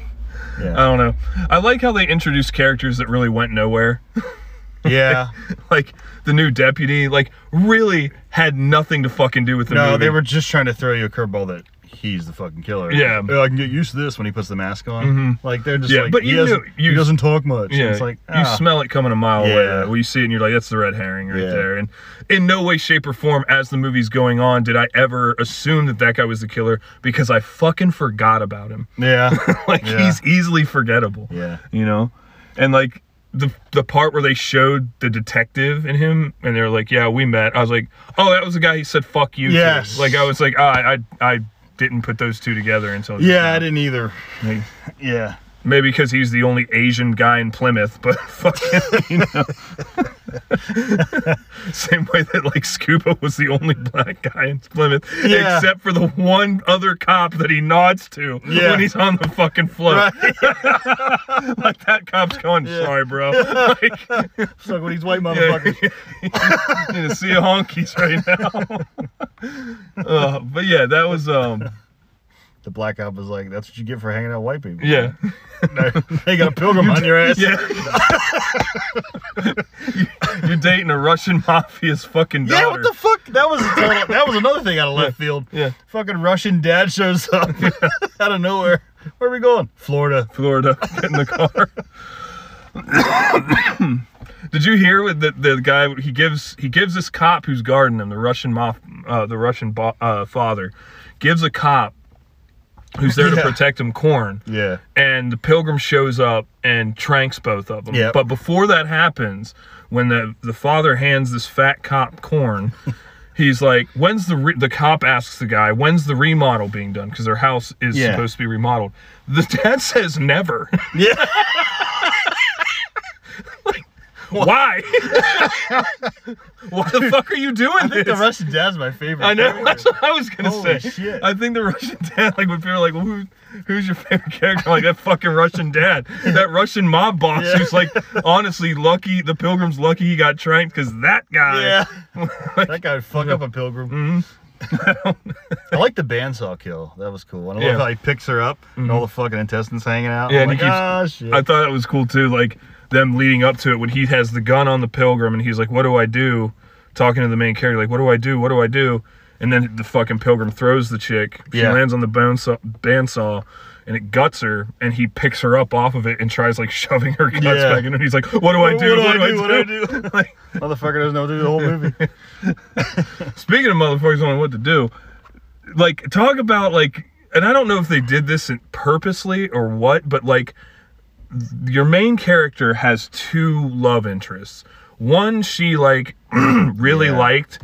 [SPEAKER 3] Yeah.
[SPEAKER 17] don't know. I like how they introduced characters that really went nowhere.
[SPEAKER 3] yeah.
[SPEAKER 17] like the new deputy, like really had nothing to fucking do with the
[SPEAKER 3] No,
[SPEAKER 17] movie.
[SPEAKER 3] they were just trying to throw you a curveball that he's the fucking killer.
[SPEAKER 17] Yeah.
[SPEAKER 3] "Oh, I can get used to this when he puts the mask on.
[SPEAKER 17] Mhm.
[SPEAKER 3] Like they're just
[SPEAKER 17] Yeah,
[SPEAKER 3] like,
[SPEAKER 17] but
[SPEAKER 3] he,
[SPEAKER 17] you
[SPEAKER 3] doesn't,
[SPEAKER 17] knew- you-
[SPEAKER 3] he doesn't talk much.
[SPEAKER 17] Yeah,
[SPEAKER 3] It's like
[SPEAKER 17] you
[SPEAKER 3] ah.
[SPEAKER 17] smell it coming a mile
[SPEAKER 3] Yeah.
[SPEAKER 17] away. Well, you see it, and you're like, "That's the red herring right
[SPEAKER 3] Yeah.
[SPEAKER 17] there." And in no way, shape, or form, as the movie's going on, did I ever assume that that guy was the killer because I fucking forgot about him.
[SPEAKER 3] Yeah.
[SPEAKER 17] like
[SPEAKER 3] Yeah.
[SPEAKER 17] he's easily forgettable.
[SPEAKER 3] Yeah.
[SPEAKER 17] you know, and like the the part where they showed the detective and him, and they're like, "Yeah, we met." I was like, "Oh, that was the guy he said fuck you." to."
[SPEAKER 3] Yes.
[SPEAKER 17] Like I was like, ah, I I didn't put those two together until just
[SPEAKER 3] Yeah,
[SPEAKER 17] now.
[SPEAKER 3] I didn't either.
[SPEAKER 17] Like,
[SPEAKER 3] Yeah.
[SPEAKER 17] Maybe because he's the only Asian guy in Plymouth, but fucking, you know. Same way that, like, Scuba was the only black guy in Plymouth,
[SPEAKER 3] Yeah.
[SPEAKER 17] except for the one other cop that he nods to
[SPEAKER 3] Yeah.
[SPEAKER 17] when he's on the fucking float. like, that cop's going, sorry, bro. like,
[SPEAKER 3] Suck with these white motherfuckers.
[SPEAKER 17] need to see a honkies right now. uh, but yeah, that was, um,
[SPEAKER 3] The black cop was like, "That's what you get for hanging out with white people."
[SPEAKER 17] yeah.
[SPEAKER 3] they got a pilgrim on your ass.
[SPEAKER 17] Yeah. You're dating a Russian mafia's fucking daughter.
[SPEAKER 3] Yeah, what the fuck? That was a total, that was another thing out of left field.
[SPEAKER 17] yeah.
[SPEAKER 3] Fucking Russian dad shows up out of nowhere. Where are we going? Florida.
[SPEAKER 17] Florida. Get in the car. Did you hear with the, the guy? He gives he gives this cop who's guarding him, the Russian mof, uh, the Russian bo- uh, father, gives a cop who's there to
[SPEAKER 3] Yeah.
[SPEAKER 17] protect him corn.
[SPEAKER 3] Yeah.
[SPEAKER 17] and the pilgrim shows up and tranks both of them.
[SPEAKER 3] Yep.
[SPEAKER 17] But before that happens, when the the father hands this fat cop corn, he's like, "When's the re-? the cop asks the guy, "When's the remodel being done?" Because their house is
[SPEAKER 3] Yeah.
[SPEAKER 17] supposed to be remodeled. The dad says, "Never."
[SPEAKER 3] Yeah.
[SPEAKER 17] Why? Why the fuck are you doing
[SPEAKER 3] I think the
[SPEAKER 17] this?
[SPEAKER 3] Russian dad's my favorite.
[SPEAKER 17] I know.
[SPEAKER 3] character.
[SPEAKER 17] That's what I was gonna
[SPEAKER 3] Holy
[SPEAKER 17] say.
[SPEAKER 3] shit.
[SPEAKER 17] I think the Russian dad, like when people are like, well, who, "Who's your favorite character?" I'm like that fucking Russian dad, that Russian mob boss
[SPEAKER 3] Yeah.
[SPEAKER 17] who's like, honestly, lucky the Pilgrim's lucky he got tranked because that guy.
[SPEAKER 3] Yeah. that guy would fuck up a pilgrim. I like the bandsaw kill. That was cool. And I
[SPEAKER 17] Mm-hmm. Yeah. Mm-hmm.
[SPEAKER 3] love how he picks her up and all the fucking intestines hanging out.
[SPEAKER 17] Yeah,
[SPEAKER 3] I'm
[SPEAKER 17] and he
[SPEAKER 3] like,
[SPEAKER 17] keeps-
[SPEAKER 3] "Ah, shit.
[SPEAKER 17] I thought that was cool too. Like them leading up to it when he has the gun on the Pilgrim and he's like, "What do I do?" Talking to the main character, like, "What do I do? What do I do?" And then the fucking Pilgrim throws the chick. She
[SPEAKER 3] Yeah.
[SPEAKER 17] lands on the bone saw, bandsaw. And it guts her, and he picks her up off of it and tries like shoving her guts
[SPEAKER 3] Yeah.
[SPEAKER 17] back in. And he's like, "What do I do?
[SPEAKER 3] What do I do? What do I do?
[SPEAKER 17] like,
[SPEAKER 3] Motherfucker doesn't know what to do the whole movie.
[SPEAKER 17] speaking of motherfuckers on what to do, like talk about like, and I don't know if they did this in- purposely or what, but like, your main character has two love interests. One she like really
[SPEAKER 3] Yeah.
[SPEAKER 17] liked,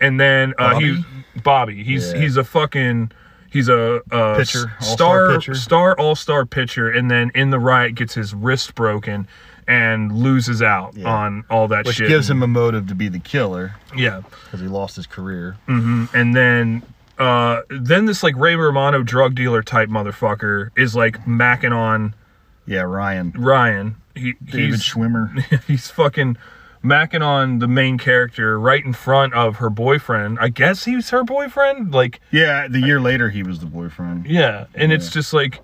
[SPEAKER 17] and then uh, he's Bobby. He's
[SPEAKER 3] Yeah.
[SPEAKER 17] he's a fuking he's a, a
[SPEAKER 3] Pitcher,
[SPEAKER 17] s-
[SPEAKER 3] all-star
[SPEAKER 17] star
[SPEAKER 3] pitcher.
[SPEAKER 17] star all star pitcher, and then in the riot gets his wrist broken and loses out
[SPEAKER 3] Yeah.
[SPEAKER 17] on all that
[SPEAKER 3] Which
[SPEAKER 17] shit.
[SPEAKER 3] gives him a motive to be the killer
[SPEAKER 17] yeah.
[SPEAKER 3] because he lost his career.
[SPEAKER 17] Mm. and then uh then this like Ray Romano drug dealer type motherfucker is like macking on
[SPEAKER 3] Yeah, Ryan.
[SPEAKER 17] Ryan. He
[SPEAKER 3] David
[SPEAKER 17] he's
[SPEAKER 3] Schwimmer.
[SPEAKER 17] he's fucking macking on the main character right in front of her boyfriend. I guess he's her boyfriend. Like
[SPEAKER 3] Yeah, the year later he was the boyfriend.
[SPEAKER 17] yeah, and it's just like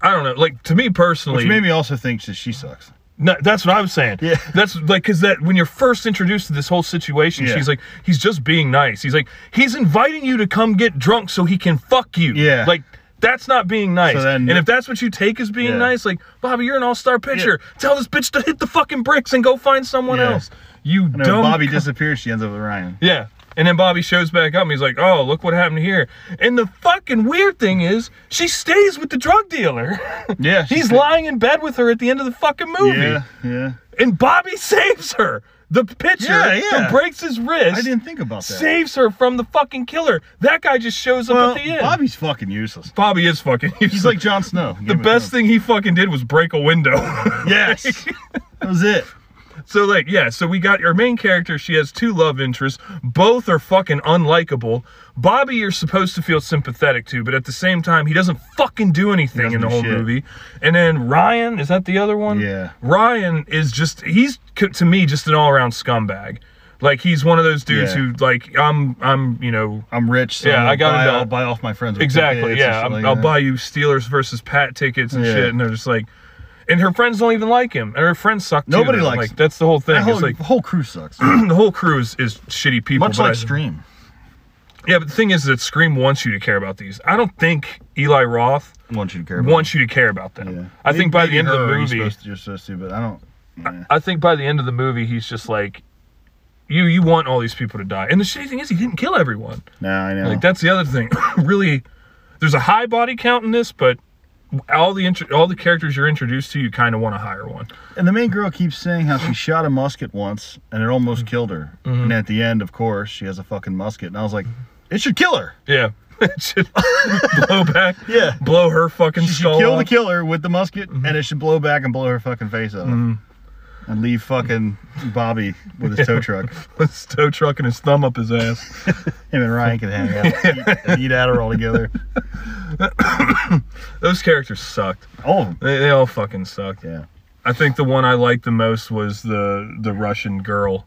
[SPEAKER 17] I don't know. Like to me personally,
[SPEAKER 3] Which made me also think that she sucks.
[SPEAKER 17] No, that's what I was saying.
[SPEAKER 3] Yeah.
[SPEAKER 17] That's like because that when you're first introduced to this whole situation,
[SPEAKER 3] Yeah.
[SPEAKER 17] she's like, he's just being nice. He's like, he's inviting you to come get drunk so he can fuck you.
[SPEAKER 3] Yeah.
[SPEAKER 17] Like that's not being nice.
[SPEAKER 3] So then-
[SPEAKER 17] and if that's what you take as being
[SPEAKER 3] Yeah.
[SPEAKER 17] nice, like Bobby, you're an all-star pitcher. Tell this bitch to hit the fucking bricks and go find someone
[SPEAKER 3] Yeah.
[SPEAKER 17] else. You
[SPEAKER 3] And then
[SPEAKER 17] dumb.
[SPEAKER 3] when Bobby disappears, she ends up with Ryan.
[SPEAKER 17] yeah. And then Bobby shows back up and he's like, oh, look what happened here. And the fucking weird thing is, she stays with the drug dealer.
[SPEAKER 3] Yeah. she
[SPEAKER 17] he's
[SPEAKER 3] said-
[SPEAKER 17] lying in bed with her at the end of the fucking movie
[SPEAKER 3] Yeah, yeah.
[SPEAKER 17] and Bobby saves her. The pitcher
[SPEAKER 3] Yeah, yeah.
[SPEAKER 17] who breaks his wrist
[SPEAKER 3] I didn't think about that.
[SPEAKER 17] saves her from the fucking killer. That guy just shows up
[SPEAKER 3] well,
[SPEAKER 17] at the end.
[SPEAKER 3] Bobby's fucking useless.
[SPEAKER 17] Bobby is fucking.
[SPEAKER 3] He's like Jon Snow.
[SPEAKER 17] the best thing he fucking did was break a window.
[SPEAKER 3] Yes. that was it.
[SPEAKER 17] so like yeah, so we got our main character. She has two love interests. Both are fucking unlikable. Bobby, you're supposed to feel sympathetic to, but at the same time, he doesn't fucking do anything
[SPEAKER 3] doesn't
[SPEAKER 17] in the
[SPEAKER 3] do
[SPEAKER 17] whole
[SPEAKER 3] shit.
[SPEAKER 17] movie. And then Ryan, is that the other one?
[SPEAKER 3] Yeah.
[SPEAKER 17] Ryan is just he's co- to me just an all-around scumbag. Like he's one of those dudes
[SPEAKER 3] Yeah.
[SPEAKER 17] who like I'm I'm you know
[SPEAKER 3] I'm rich. So
[SPEAKER 17] Yeah,
[SPEAKER 3] I'll
[SPEAKER 17] I got
[SPEAKER 3] buy,
[SPEAKER 17] into-
[SPEAKER 3] I'll buy off my friends. with
[SPEAKER 17] exactly
[SPEAKER 3] tickets and
[SPEAKER 17] yeah
[SPEAKER 3] shit
[SPEAKER 17] I'm-
[SPEAKER 3] like
[SPEAKER 17] I'll
[SPEAKER 3] that.
[SPEAKER 17] buy you Steelers versus Pat tickets and
[SPEAKER 3] Yeah.
[SPEAKER 17] shit and they're just like and her friends don't even like him and her friends suck too,
[SPEAKER 3] Nobody
[SPEAKER 17] though.
[SPEAKER 3] likes
[SPEAKER 17] like
[SPEAKER 3] him.
[SPEAKER 17] that's the whole thing
[SPEAKER 3] That whole,
[SPEAKER 17] it's like
[SPEAKER 3] whole crew sucks.
[SPEAKER 17] the whole crew is, is shitty people
[SPEAKER 3] Much
[SPEAKER 17] but I-
[SPEAKER 3] like Stream.
[SPEAKER 17] Yeah, but the thing is that Scream wants you to care about these. I don't think Eli Roth
[SPEAKER 3] Want you to care about
[SPEAKER 17] wants you to care about them.
[SPEAKER 3] Yeah.
[SPEAKER 17] I think by the
[SPEAKER 3] Maybe
[SPEAKER 17] end of the
[SPEAKER 3] her you're
[SPEAKER 17] movie,
[SPEAKER 3] supposed to- you're supposed to, but I don't. yeah.
[SPEAKER 17] I think by the end of the movie, he's just like, you you want all these people to die. And the shitty thing is, he didn't kill everyone.
[SPEAKER 3] No, I know.
[SPEAKER 17] Like that's the other thing. really, there's a high body count in this, but all the intro- all the characters you're introduced to, you kind of want a higher one.
[SPEAKER 3] And the main girl keeps saying how she shot a musket once and it almost killed her. And at the end, of course, she has a fucking musket. And I was like, it should kill her.
[SPEAKER 17] Yeah, it should blow back.
[SPEAKER 3] Yeah.
[SPEAKER 17] blow her fucking
[SPEAKER 3] She should
[SPEAKER 17] skull.
[SPEAKER 3] kill the
[SPEAKER 17] off.
[SPEAKER 3] killer with the musket and it should blow back and blow her fucking face off. And leave fucking Bobby with his tow truck.
[SPEAKER 17] with his tow truck and his thumb up his ass.
[SPEAKER 3] Him and Ryan can hang out, eat, and eat Adderall together.
[SPEAKER 17] Those characters sucked.
[SPEAKER 3] All of them.
[SPEAKER 17] They, they all fucking sucked.
[SPEAKER 3] Yeah.
[SPEAKER 17] I think the one I liked the most was the the Russian girl,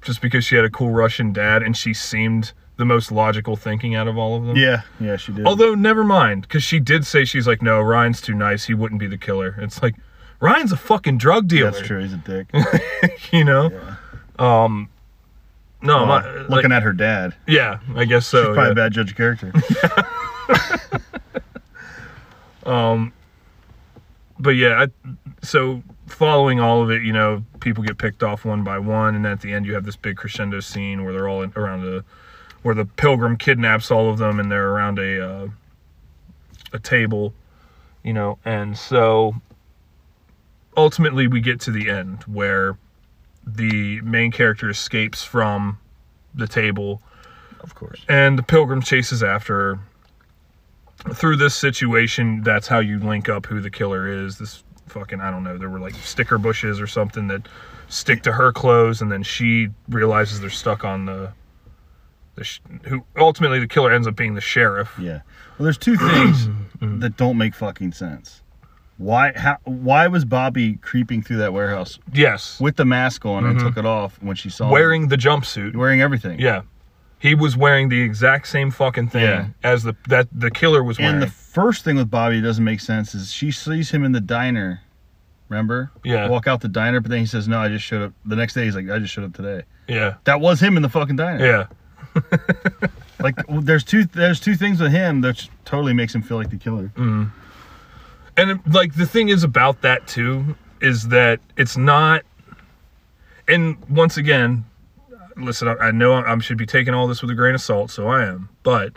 [SPEAKER 17] just because she had a cool Russian dad and she seemed the most logical thinking out of all of them.
[SPEAKER 3] Yeah. Yeah, she did.
[SPEAKER 17] Although never mind, because she did say she's like, no, Ryan's too nice. He wouldn't be the killer. It's like, Ryan's a fucking drug dealer.
[SPEAKER 3] that's true. He's a dick.
[SPEAKER 17] you know. Um, no, my,
[SPEAKER 3] Well, looking at her dad,
[SPEAKER 17] yeah, I guess
[SPEAKER 3] she's
[SPEAKER 17] so.
[SPEAKER 3] probably
[SPEAKER 17] oh, yeah.
[SPEAKER 3] a bad judge of character.
[SPEAKER 17] but yeah, I, so following all of it, you know, people get picked off one by one, and at the end, you have this big crescendo scene where they're all in, around the, where the pilgrim kidnaps all of them, and they're around a, uh, a table, you know, and so ultimately we get to the end where the main character escapes from the table
[SPEAKER 3] of course.
[SPEAKER 17] and the pilgrim chases after her. through this situation that's how you link up who the killer is this fucking i don't know there were like sticker bushes or something that stick to her clothes and then she realizes they're stuck on the, the sh- who ultimately the killer ends up being the sheriff
[SPEAKER 3] Yeah. Well, there's two things
[SPEAKER 17] Mm-hmm.
[SPEAKER 3] that don't make fucking sense. Why? How? Why was Bobby creeping through that warehouse
[SPEAKER 17] yes
[SPEAKER 3] with the mask on and took it off when she saw him?
[SPEAKER 17] Mm-hmm. wearing the jumpsuit
[SPEAKER 3] wearing everything?
[SPEAKER 17] yeah he was wearing the exact same fucking thing
[SPEAKER 3] Yeah.
[SPEAKER 17] as the that the killer was wearing
[SPEAKER 3] And the first thing with Bobby that doesn't make sense is she sees him in the diner. Remember?
[SPEAKER 17] Yeah.
[SPEAKER 3] Walk out the diner, but then he says, "No, I just showed up." The next day, he's like, "I just showed up today."
[SPEAKER 17] yeah
[SPEAKER 3] That was him in the fucking diner.
[SPEAKER 17] yeah
[SPEAKER 3] Like, well, there's two there's two things with him that totally makes him feel like the killer.
[SPEAKER 17] Mm. and like the thing is about that too is that it's not and once again listen i, I know i should be taking all this with a grain of salt so i am but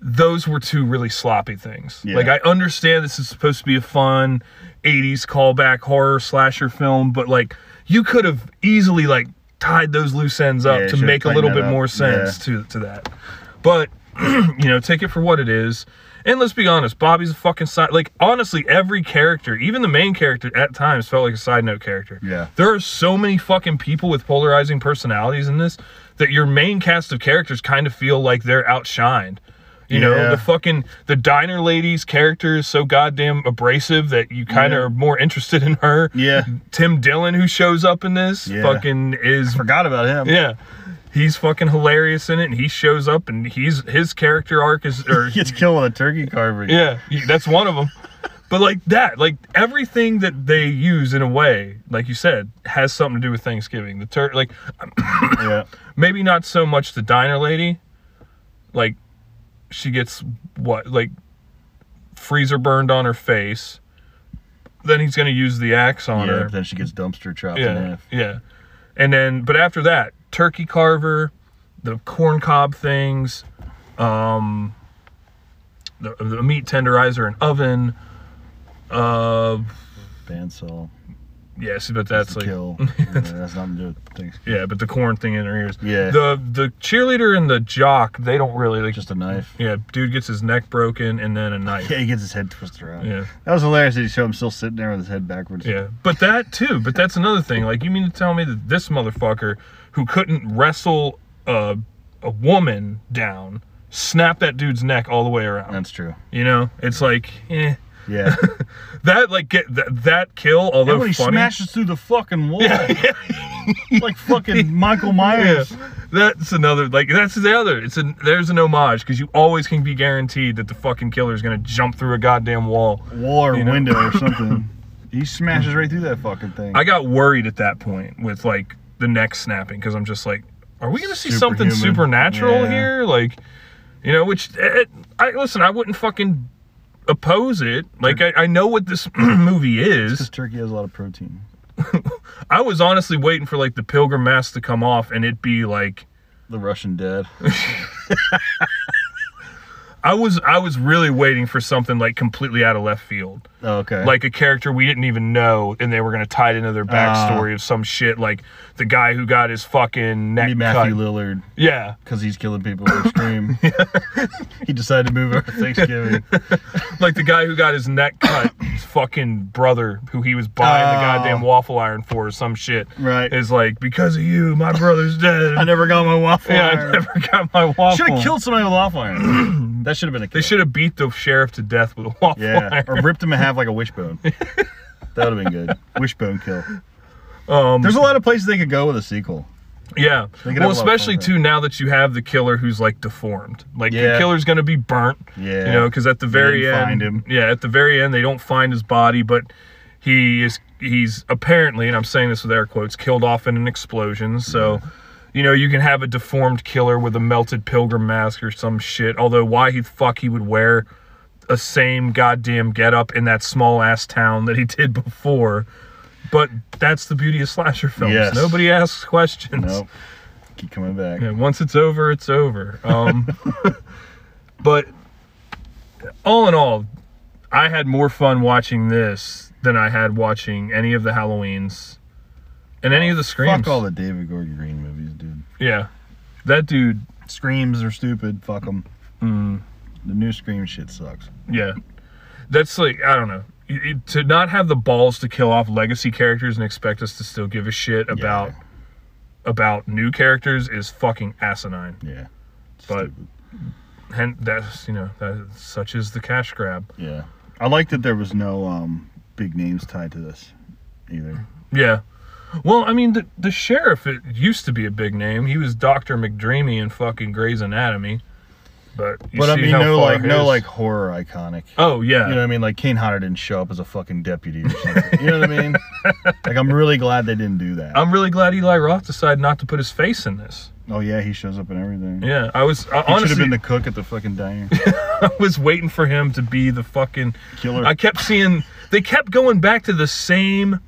[SPEAKER 17] those were two really sloppy things
[SPEAKER 3] Yeah.
[SPEAKER 17] like i understand this is supposed to be a fun 80s callback horror slasher film but like you could have easily like tied those loose ends up
[SPEAKER 3] Yeah,
[SPEAKER 17] to
[SPEAKER 3] should've
[SPEAKER 17] make a
[SPEAKER 3] tightened
[SPEAKER 17] little
[SPEAKER 3] that
[SPEAKER 17] bit
[SPEAKER 3] up.
[SPEAKER 17] more sense to to that but you know, take it for what it is. And let's be honest, Bobby's a fucking side. Like honestly, every character, even the main character, at times felt like a side note character.
[SPEAKER 3] Yeah.
[SPEAKER 17] There are so many fucking people with polarizing personalities in this that your main cast of characters kind of feel like they're outshined. You
[SPEAKER 3] Yeah.
[SPEAKER 17] know, the fucking the diner lady's character is so goddamn abrasive that you kind of
[SPEAKER 3] Yeah.
[SPEAKER 17] are more interested in her.
[SPEAKER 3] Yeah.
[SPEAKER 17] Tim Dillon, who shows up in this,
[SPEAKER 3] Yeah.
[SPEAKER 17] fucking is
[SPEAKER 3] Forgot about him.
[SPEAKER 17] yeah. He's fucking hilarious in it and he shows up and he's his character arc is or
[SPEAKER 3] He gets killed with a turkey carving.
[SPEAKER 17] yeah, he- that's one of them. But like that, like everything that they use in a way, like you said, has something to do with Thanksgiving. The tur like
[SPEAKER 3] yeah.
[SPEAKER 17] maybe not so much the diner lady. Like she gets what like freezer burned on her face. Then he's going to use the axe on
[SPEAKER 3] Yeah,
[SPEAKER 17] her.
[SPEAKER 3] but then she gets dumpster chopped in
[SPEAKER 17] Yeah,
[SPEAKER 3] half.
[SPEAKER 17] yeah. And then, but after that, turkey carver, the corn cob things, um, the, the meat tenderizer and oven. Uh,
[SPEAKER 3] Bandsaw.
[SPEAKER 17] yes, but that's
[SPEAKER 3] to
[SPEAKER 17] like
[SPEAKER 3] kill. Yeah, that's nothing to do with things.
[SPEAKER 17] yeah, but the corn thing in her ears.
[SPEAKER 3] Yeah.
[SPEAKER 17] The the cheerleader and the jock, they don't really like.
[SPEAKER 3] Just a knife.
[SPEAKER 17] yeah, dude gets his neck broken and then a knife.
[SPEAKER 3] Yeah, he gets his head twisted around.
[SPEAKER 17] Yeah.
[SPEAKER 3] That was hilarious that he showed him still sitting there with his head backwards.
[SPEAKER 17] Yeah, but that too. But that's another thing. Like, you mean to tell me that this motherfucker who couldn't wrestle a a woman down snapped that dude's neck all the way around?
[SPEAKER 3] That's true.
[SPEAKER 17] you know, it's like eh.
[SPEAKER 3] Yeah.
[SPEAKER 17] that like get that, that kill. Although
[SPEAKER 3] and when he
[SPEAKER 17] funny,
[SPEAKER 3] smashes through the fucking wall. like fucking Michael Myers.
[SPEAKER 17] Yeah, that's another like that's the other. It's a there's an homage because you always can be guaranteed that the fucking killer is gonna jump through a goddamn wall.
[SPEAKER 3] Wall or
[SPEAKER 17] You know?
[SPEAKER 3] window or something. he smashes right through that fucking thing.
[SPEAKER 17] I got worried at that point with like the neck snapping because I'm just like, are we going to see something
[SPEAKER 3] Superhuman.
[SPEAKER 17] supernatural
[SPEAKER 3] Yeah.
[SPEAKER 17] here? Like, you know, which eh, I listen. I wouldn't fucking oppose it. Like, I, I know what this movie
[SPEAKER 3] This
[SPEAKER 17] is.
[SPEAKER 3] turkey has a lot of protein.
[SPEAKER 17] I was honestly waiting for like the pilgrim mask to come off and it be like.
[SPEAKER 3] The Russian dead.
[SPEAKER 17] I was I was really waiting for something like completely out of left field.
[SPEAKER 3] Oh, okay. Ah.
[SPEAKER 17] like a character we didn't even know, and they were gonna tie it into their backstory of some shit, like the guy who got his fucking neck
[SPEAKER 3] Maybe Matthew
[SPEAKER 17] cut.
[SPEAKER 3] Lillard
[SPEAKER 17] yeah,
[SPEAKER 3] because he's killing people with stream. he decided to move over to Thanksgiving.
[SPEAKER 17] like the guy who got his neck cut, his fucking brother who he was buying the
[SPEAKER 3] Oh.
[SPEAKER 17] goddamn waffle iron for, or some shit.
[SPEAKER 3] Right.
[SPEAKER 17] is like because of you, my brother's dead.
[SPEAKER 3] I never got my waffle.
[SPEAKER 17] yeah, I never got my waffle.
[SPEAKER 3] Should have killed somebody with a waffle iron. that should have been a kill.
[SPEAKER 17] They should have beat the sheriff to death with a waffle
[SPEAKER 3] Yeah,
[SPEAKER 17] iron.
[SPEAKER 3] or ripped him in half like a wishbone. that would have been good. Wishbone kill. There's a lot of places they could go with a sequel.
[SPEAKER 17] Yeah.
[SPEAKER 3] could
[SPEAKER 17] Well,
[SPEAKER 3] have a lot of
[SPEAKER 17] especially
[SPEAKER 3] fun with
[SPEAKER 17] too now that you have the killer who's like deformed. Like the
[SPEAKER 3] Yeah.
[SPEAKER 17] killer's gonna be burnt.
[SPEAKER 3] Yeah.
[SPEAKER 17] You know, because at the very
[SPEAKER 3] didn't
[SPEAKER 17] end,
[SPEAKER 3] find him.
[SPEAKER 17] yeah, at the very end they don't find his body, but he is he's apparently, and I'm saying this with air quotes, killed off in an explosion. So. You know, you can have a deformed killer with a melted pilgrim mask or some shit. Although, why he fuck he would wear a same goddamn getup in that small ass town that he did before? But that's the beauty of slasher films.
[SPEAKER 3] Yes.
[SPEAKER 17] Nobody asks questions.
[SPEAKER 3] Nope. Keep coming back.
[SPEAKER 17] Yeah, once it's over, it's over. Um, but all in all, I had more fun watching this than I had watching any of the Halloweens and any of the screams.
[SPEAKER 3] Oh, Fuck all the David Gordon Green movies, dude.
[SPEAKER 17] yeah, that dude.
[SPEAKER 3] Screams are stupid. Fuck them. Mm-hmm. The new Scream shit sucks.
[SPEAKER 17] Yeah, that's like I don't know. You- you- to not have the balls to kill off legacy characters and expect us to still give a shit about about new characters is fucking asinine.
[SPEAKER 3] Yeah. It's
[SPEAKER 17] But-
[SPEAKER 3] stupid.
[SPEAKER 17] And that's you know that such is the cash grab.
[SPEAKER 3] yeah, I like that there was no um big names tied to this either.
[SPEAKER 17] Yeah. Well, I mean, the, the sheriff it used to be a big name. He was Doctor McDreamy in fucking Grey's Anatomy. But you
[SPEAKER 3] but I
[SPEAKER 17] see
[SPEAKER 3] mean,
[SPEAKER 17] how
[SPEAKER 3] no
[SPEAKER 17] far
[SPEAKER 3] like no
[SPEAKER 17] his-
[SPEAKER 3] like horror iconic.
[SPEAKER 17] Oh yeah,
[SPEAKER 3] You know what I mean? Like Kane Hodder didn't show up as a fucking deputy or something. you know what I mean? Like I'm really glad they didn't do that.
[SPEAKER 17] I'm really glad Eli Roth decided not to put his face in this.
[SPEAKER 3] oh yeah, he shows up in everything.
[SPEAKER 17] Yeah, I was I,
[SPEAKER 3] He should
[SPEAKER 17] honestly
[SPEAKER 3] have been the cook at the fucking diner.
[SPEAKER 17] was waiting for him to be the fucking
[SPEAKER 3] Killer.
[SPEAKER 17] I kept seeing they kept going back to the same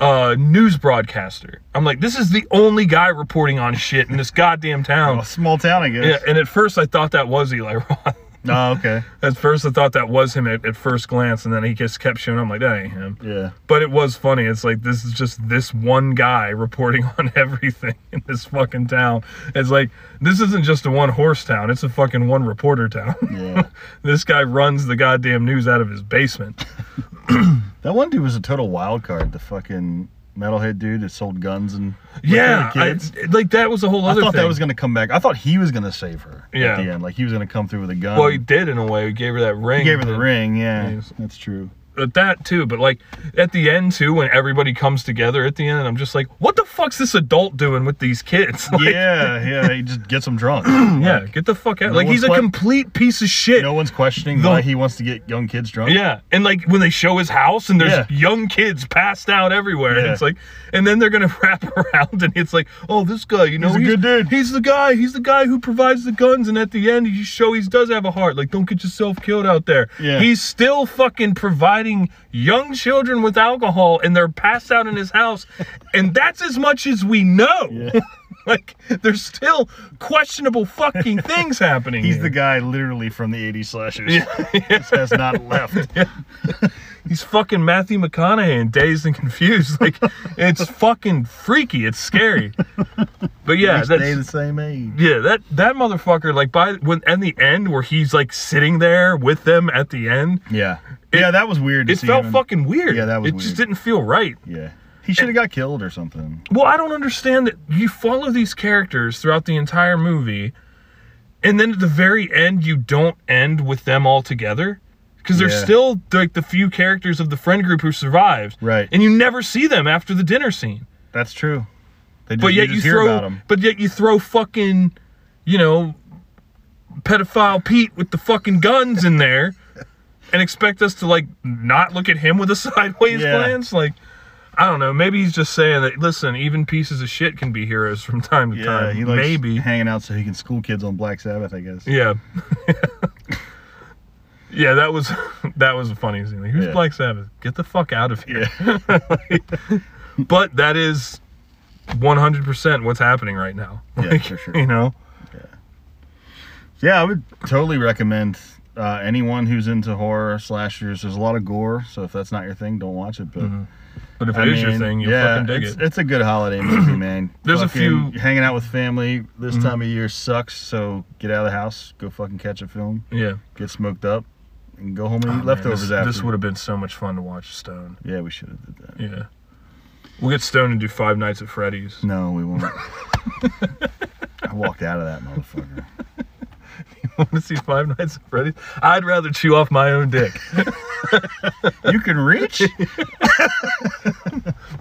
[SPEAKER 17] uh, news broadcaster. I'm like, this is the only guy reporting on shit in this goddamn
[SPEAKER 3] a
[SPEAKER 17] town.
[SPEAKER 3] small town, I
[SPEAKER 17] Yeah,
[SPEAKER 3] guess.
[SPEAKER 17] and at first I thought that was Eli Roth.
[SPEAKER 3] Oh, okay.
[SPEAKER 17] At first, I thought that was him at, at first glance, and then he just kept showing. up. I'm like, that ain't him.
[SPEAKER 3] Yeah.
[SPEAKER 17] But it was funny. It's like this is just this one guy reporting on everything in this fucking town. It's like this isn't just a one horse town. It's a fucking one reporter town.
[SPEAKER 3] Yeah.
[SPEAKER 17] this guy runs the goddamn news out of his basement.
[SPEAKER 3] That one dude was a total wild card. The fucking metalhead dude that sold guns and looked
[SPEAKER 17] yeah,
[SPEAKER 3] at the
[SPEAKER 17] I-
[SPEAKER 3] kids.
[SPEAKER 17] like that was a whole
[SPEAKER 3] I,
[SPEAKER 17] other.
[SPEAKER 3] thought
[SPEAKER 17] thing.
[SPEAKER 3] that was gonna come back. I thought he was gonna save her
[SPEAKER 17] Yeah.
[SPEAKER 3] at the end. Like he was gonna come through with a gun.
[SPEAKER 17] Well, he did in a way. He gave her that ring.
[SPEAKER 3] he gave her the
[SPEAKER 17] but-
[SPEAKER 3] ring. Yeah,
[SPEAKER 17] Yes.
[SPEAKER 3] that's true.
[SPEAKER 17] But that too. But like at the end too, when everybody comes together at the end, I'm just like, what the fuck's this adult doing with these kids? Like,
[SPEAKER 3] yeah, yeah. He just gets them drunk.
[SPEAKER 17] Yeah, get the fuck out.
[SPEAKER 3] no
[SPEAKER 17] like he's
[SPEAKER 3] one's
[SPEAKER 17] a
[SPEAKER 3] quite-
[SPEAKER 17] complete piece of shit.
[SPEAKER 3] No one's questioning
[SPEAKER 17] No.
[SPEAKER 3] why he wants to get young kids drunk.
[SPEAKER 17] yeah, and like when they show his house and there's
[SPEAKER 3] Yeah.
[SPEAKER 17] young kids passed out everywhere, and
[SPEAKER 3] Yeah.
[SPEAKER 17] it's like, and then they're gonna wrap around, and it's like, oh, this guy, you know,
[SPEAKER 3] He's a good dude.
[SPEAKER 17] He's the guy. He's the guy who provides the guns, and at the end, you show he does have a heart. Like, don't get yourself killed out there.
[SPEAKER 3] Yeah.
[SPEAKER 17] He's still fucking providing young children with alcohol, and they're passed out in his house, and that's as much as we know. like, there's still questionable fucking things happening.
[SPEAKER 3] He's
[SPEAKER 17] here.
[SPEAKER 3] the guy literally from the 80s slashers. Just has not left.
[SPEAKER 17] He's fucking Matthew McConaughey and dazed and confused. Like it's fucking freaky. It's scary. But yeah,
[SPEAKER 3] Each day the
[SPEAKER 17] that's,
[SPEAKER 3] same age.
[SPEAKER 17] yeah, that that motherfucker. Like by when and the end where he's like sitting there with them at the end,
[SPEAKER 3] Yeah. yeah, that was weird. To
[SPEAKER 17] it
[SPEAKER 3] see
[SPEAKER 17] felt
[SPEAKER 3] him.
[SPEAKER 17] fucking weird.
[SPEAKER 3] Yeah, that was
[SPEAKER 17] It just
[SPEAKER 3] weird.
[SPEAKER 17] didn't feel right.
[SPEAKER 3] Yeah. He should have got killed or something.
[SPEAKER 17] Well, I don't understand that you follow these characters throughout the entire movie, and then at the very end, you don't end with them all together. Because they're
[SPEAKER 3] Yeah.
[SPEAKER 17] still like the few characters of the friend group who survived.
[SPEAKER 3] Right.
[SPEAKER 17] And you never see them after the dinner scene.
[SPEAKER 3] That's true. They just,
[SPEAKER 17] But yet you,
[SPEAKER 3] just hear
[SPEAKER 17] throw
[SPEAKER 3] about him.
[SPEAKER 17] but yet you throw fucking, you know, pedophile Pete with the fucking guns in there and expect us to like not look at him with a sideways
[SPEAKER 3] Yeah.
[SPEAKER 17] glance like I I don't know. Maybe he's just saying that. Listen, even pieces of shit can be heroes from time to
[SPEAKER 3] Yeah,
[SPEAKER 17] time.
[SPEAKER 3] he likes
[SPEAKER 17] Maybe.
[SPEAKER 3] hanging out so he can school kids on Black Sabbath, I guess.
[SPEAKER 17] Yeah. yeah, that was that was a funny scene. Like, who's
[SPEAKER 3] Yeah.
[SPEAKER 17] Black Sabbath? Get the fuck out of here. but that is 100% what's happening right now.
[SPEAKER 3] Yeah,
[SPEAKER 17] Like,
[SPEAKER 3] for sure.
[SPEAKER 17] You know?
[SPEAKER 3] Yeah, I would totally recommend uh, anyone who's into horror slashers. There's a lot of gore, so if that's not your thing, don't watch it. But
[SPEAKER 17] Mm-hmm. But if it
[SPEAKER 3] I
[SPEAKER 17] is your
[SPEAKER 3] mean,
[SPEAKER 17] thing, you'll
[SPEAKER 3] yeah,
[SPEAKER 17] fucking dig
[SPEAKER 3] it's,
[SPEAKER 17] it.
[SPEAKER 3] It's a good holiday movie, man.
[SPEAKER 17] There's a
[SPEAKER 3] Fucking
[SPEAKER 17] few- Mm-hmm.
[SPEAKER 3] hanging out with family this time of year sucks. So get out of the house, go fucking catch a film,
[SPEAKER 17] yeah.
[SPEAKER 3] get smoked up, and go home and
[SPEAKER 17] Oh,
[SPEAKER 3] eat
[SPEAKER 17] man,
[SPEAKER 3] leftovers
[SPEAKER 17] this,
[SPEAKER 3] after.
[SPEAKER 17] This would have been so much fun to watch Stone.
[SPEAKER 3] Yeah, we should have did that.
[SPEAKER 17] Yeah. We'll get Stone and do Five Nights at Freddy's.
[SPEAKER 3] No, we won't. I walked out of that motherfucker.
[SPEAKER 17] Want to see Five Nights at Freddy's? I'd rather chew off my own dick.
[SPEAKER 3] You can reach.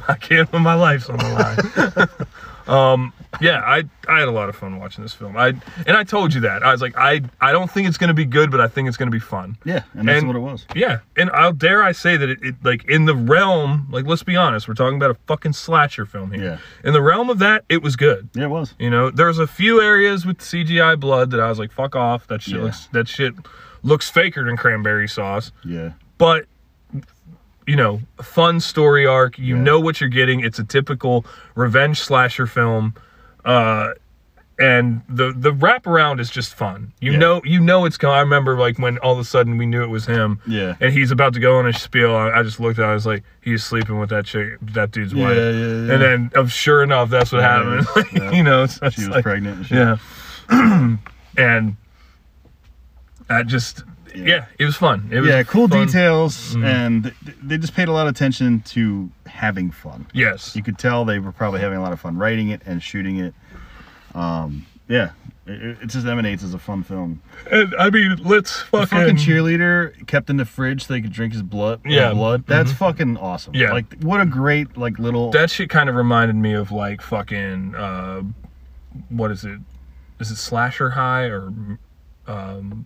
[SPEAKER 17] I can't when my life's on the line. um, yeah, I I had a lot of fun watching this film. I and I told you that I was like I I don't think it's gonna be good, but I think it's gonna be fun.
[SPEAKER 3] Yeah, and that's
[SPEAKER 17] And-
[SPEAKER 3] what it was.
[SPEAKER 17] Yeah, and I'll dare I say that it, it like in the realm like let's be honest, we're talking about a fucking slasher film here.
[SPEAKER 3] Yeah.
[SPEAKER 17] In the realm of that, it was good.
[SPEAKER 3] Yeah, it was.
[SPEAKER 17] You know, there's a few areas with CGI blood that I was like, fuck off. That shit
[SPEAKER 3] Yeah.
[SPEAKER 17] looks that shit looks faker than cranberry sauce.
[SPEAKER 3] Yeah.
[SPEAKER 17] But you know, fun story arc. You know what you're getting. It's a typical revenge slasher film. Uh and the the wraparound is just fun. You
[SPEAKER 3] Yeah.
[SPEAKER 17] know, you know it's coming. I remember like when all of a sudden we knew it was him.
[SPEAKER 3] Yeah.
[SPEAKER 17] And he's about to go on a spiel. I, I just looked at. it, I was like, he's sleeping with that chick, that dude's
[SPEAKER 3] Yeah,
[SPEAKER 17] wife.
[SPEAKER 3] yeah, yeah.
[SPEAKER 17] And then, um, sure enough, that's what
[SPEAKER 3] Yeah,
[SPEAKER 17] happened. Like,
[SPEAKER 3] yeah.
[SPEAKER 17] You know, so it's
[SPEAKER 3] She was
[SPEAKER 17] like-
[SPEAKER 3] pregnant. And shit.
[SPEAKER 17] yeah. and I just, yeah. it was fun. It was
[SPEAKER 3] yeah, cool
[SPEAKER 17] fun. Mm-hmm.
[SPEAKER 3] details, and th- they just paid a lot of attention to having fun.
[SPEAKER 17] Yes.
[SPEAKER 3] You could tell they were probably having a lot of fun writing it and shooting it. Um, yeah, it, it- it just emanates as a fun film.
[SPEAKER 17] And, I mean, let's
[SPEAKER 3] The
[SPEAKER 17] fucking,
[SPEAKER 3] fucking cheerleader kept in the fridge so they could drink his blood.
[SPEAKER 17] Yeah. Mm-hmm.
[SPEAKER 3] Yeah, blood. That's fucking awesome.
[SPEAKER 17] Yeah.
[SPEAKER 3] like what a great like little.
[SPEAKER 17] That shit kind of reminded me of like fucking, uh, what is it? Is it Slasher High or, um,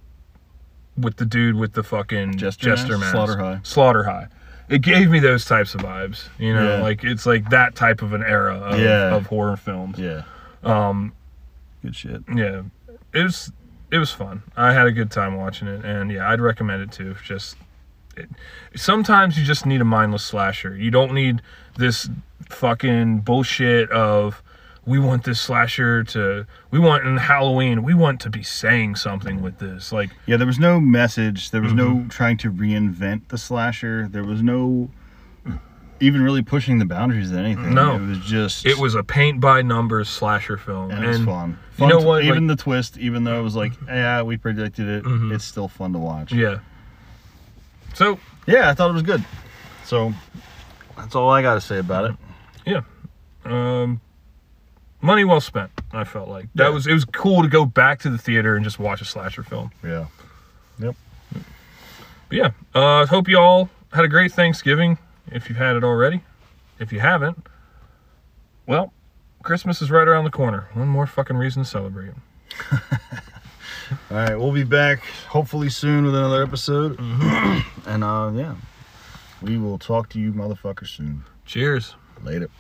[SPEAKER 17] with the dude with the fucking
[SPEAKER 3] Jester
[SPEAKER 17] jester
[SPEAKER 3] mask?
[SPEAKER 17] mask?
[SPEAKER 3] Slaughter High.
[SPEAKER 17] Slaughter High. It gave me those types of vibes, you know,
[SPEAKER 3] Yeah.
[SPEAKER 17] like it's like that type of an era of,
[SPEAKER 3] Yeah.
[SPEAKER 17] of horror films.
[SPEAKER 3] yeah. Um. Good shit.
[SPEAKER 17] yeah it was it was fun i had a good time watching it and yeah i'd recommend it too if just it, sometimes you just need a mindless slasher you don't need this fucking bullshit of we want this slasher to we want in halloween we want to be saying something with this like
[SPEAKER 3] Yeah, there was no message. There was
[SPEAKER 17] Mm-hmm.
[SPEAKER 3] no trying to reinvent the slasher. There was no even really pushing the boundaries of anything.
[SPEAKER 17] No.
[SPEAKER 3] it was just
[SPEAKER 17] it was a paint by numbers slasher film
[SPEAKER 3] and it was fun.
[SPEAKER 17] you
[SPEAKER 3] Fun
[SPEAKER 17] know
[SPEAKER 3] to-
[SPEAKER 17] what
[SPEAKER 3] Even
[SPEAKER 17] Like,
[SPEAKER 3] the twist, even though it was like, yeah, we predicted it. It's still fun to watch.
[SPEAKER 17] yeah so
[SPEAKER 3] Yeah, I thought it was good. So that's all I got to say about it.
[SPEAKER 17] Yeah. Um, money well spent. I felt like that
[SPEAKER 3] Yeah.
[SPEAKER 17] was it was cool to go back to the theater and just watch a slasher film.
[SPEAKER 3] Yeah.
[SPEAKER 17] But yeah. Uh, hope you all had a great Thanksgiving if you've had it already. If you haven't, well, Christmas is right around the corner. One more fucking reason to celebrate.
[SPEAKER 3] All right, we'll be back hopefully soon with another episode. and uh, yeah, we will talk to you motherfuckers soon.
[SPEAKER 17] Cheers.
[SPEAKER 3] Later.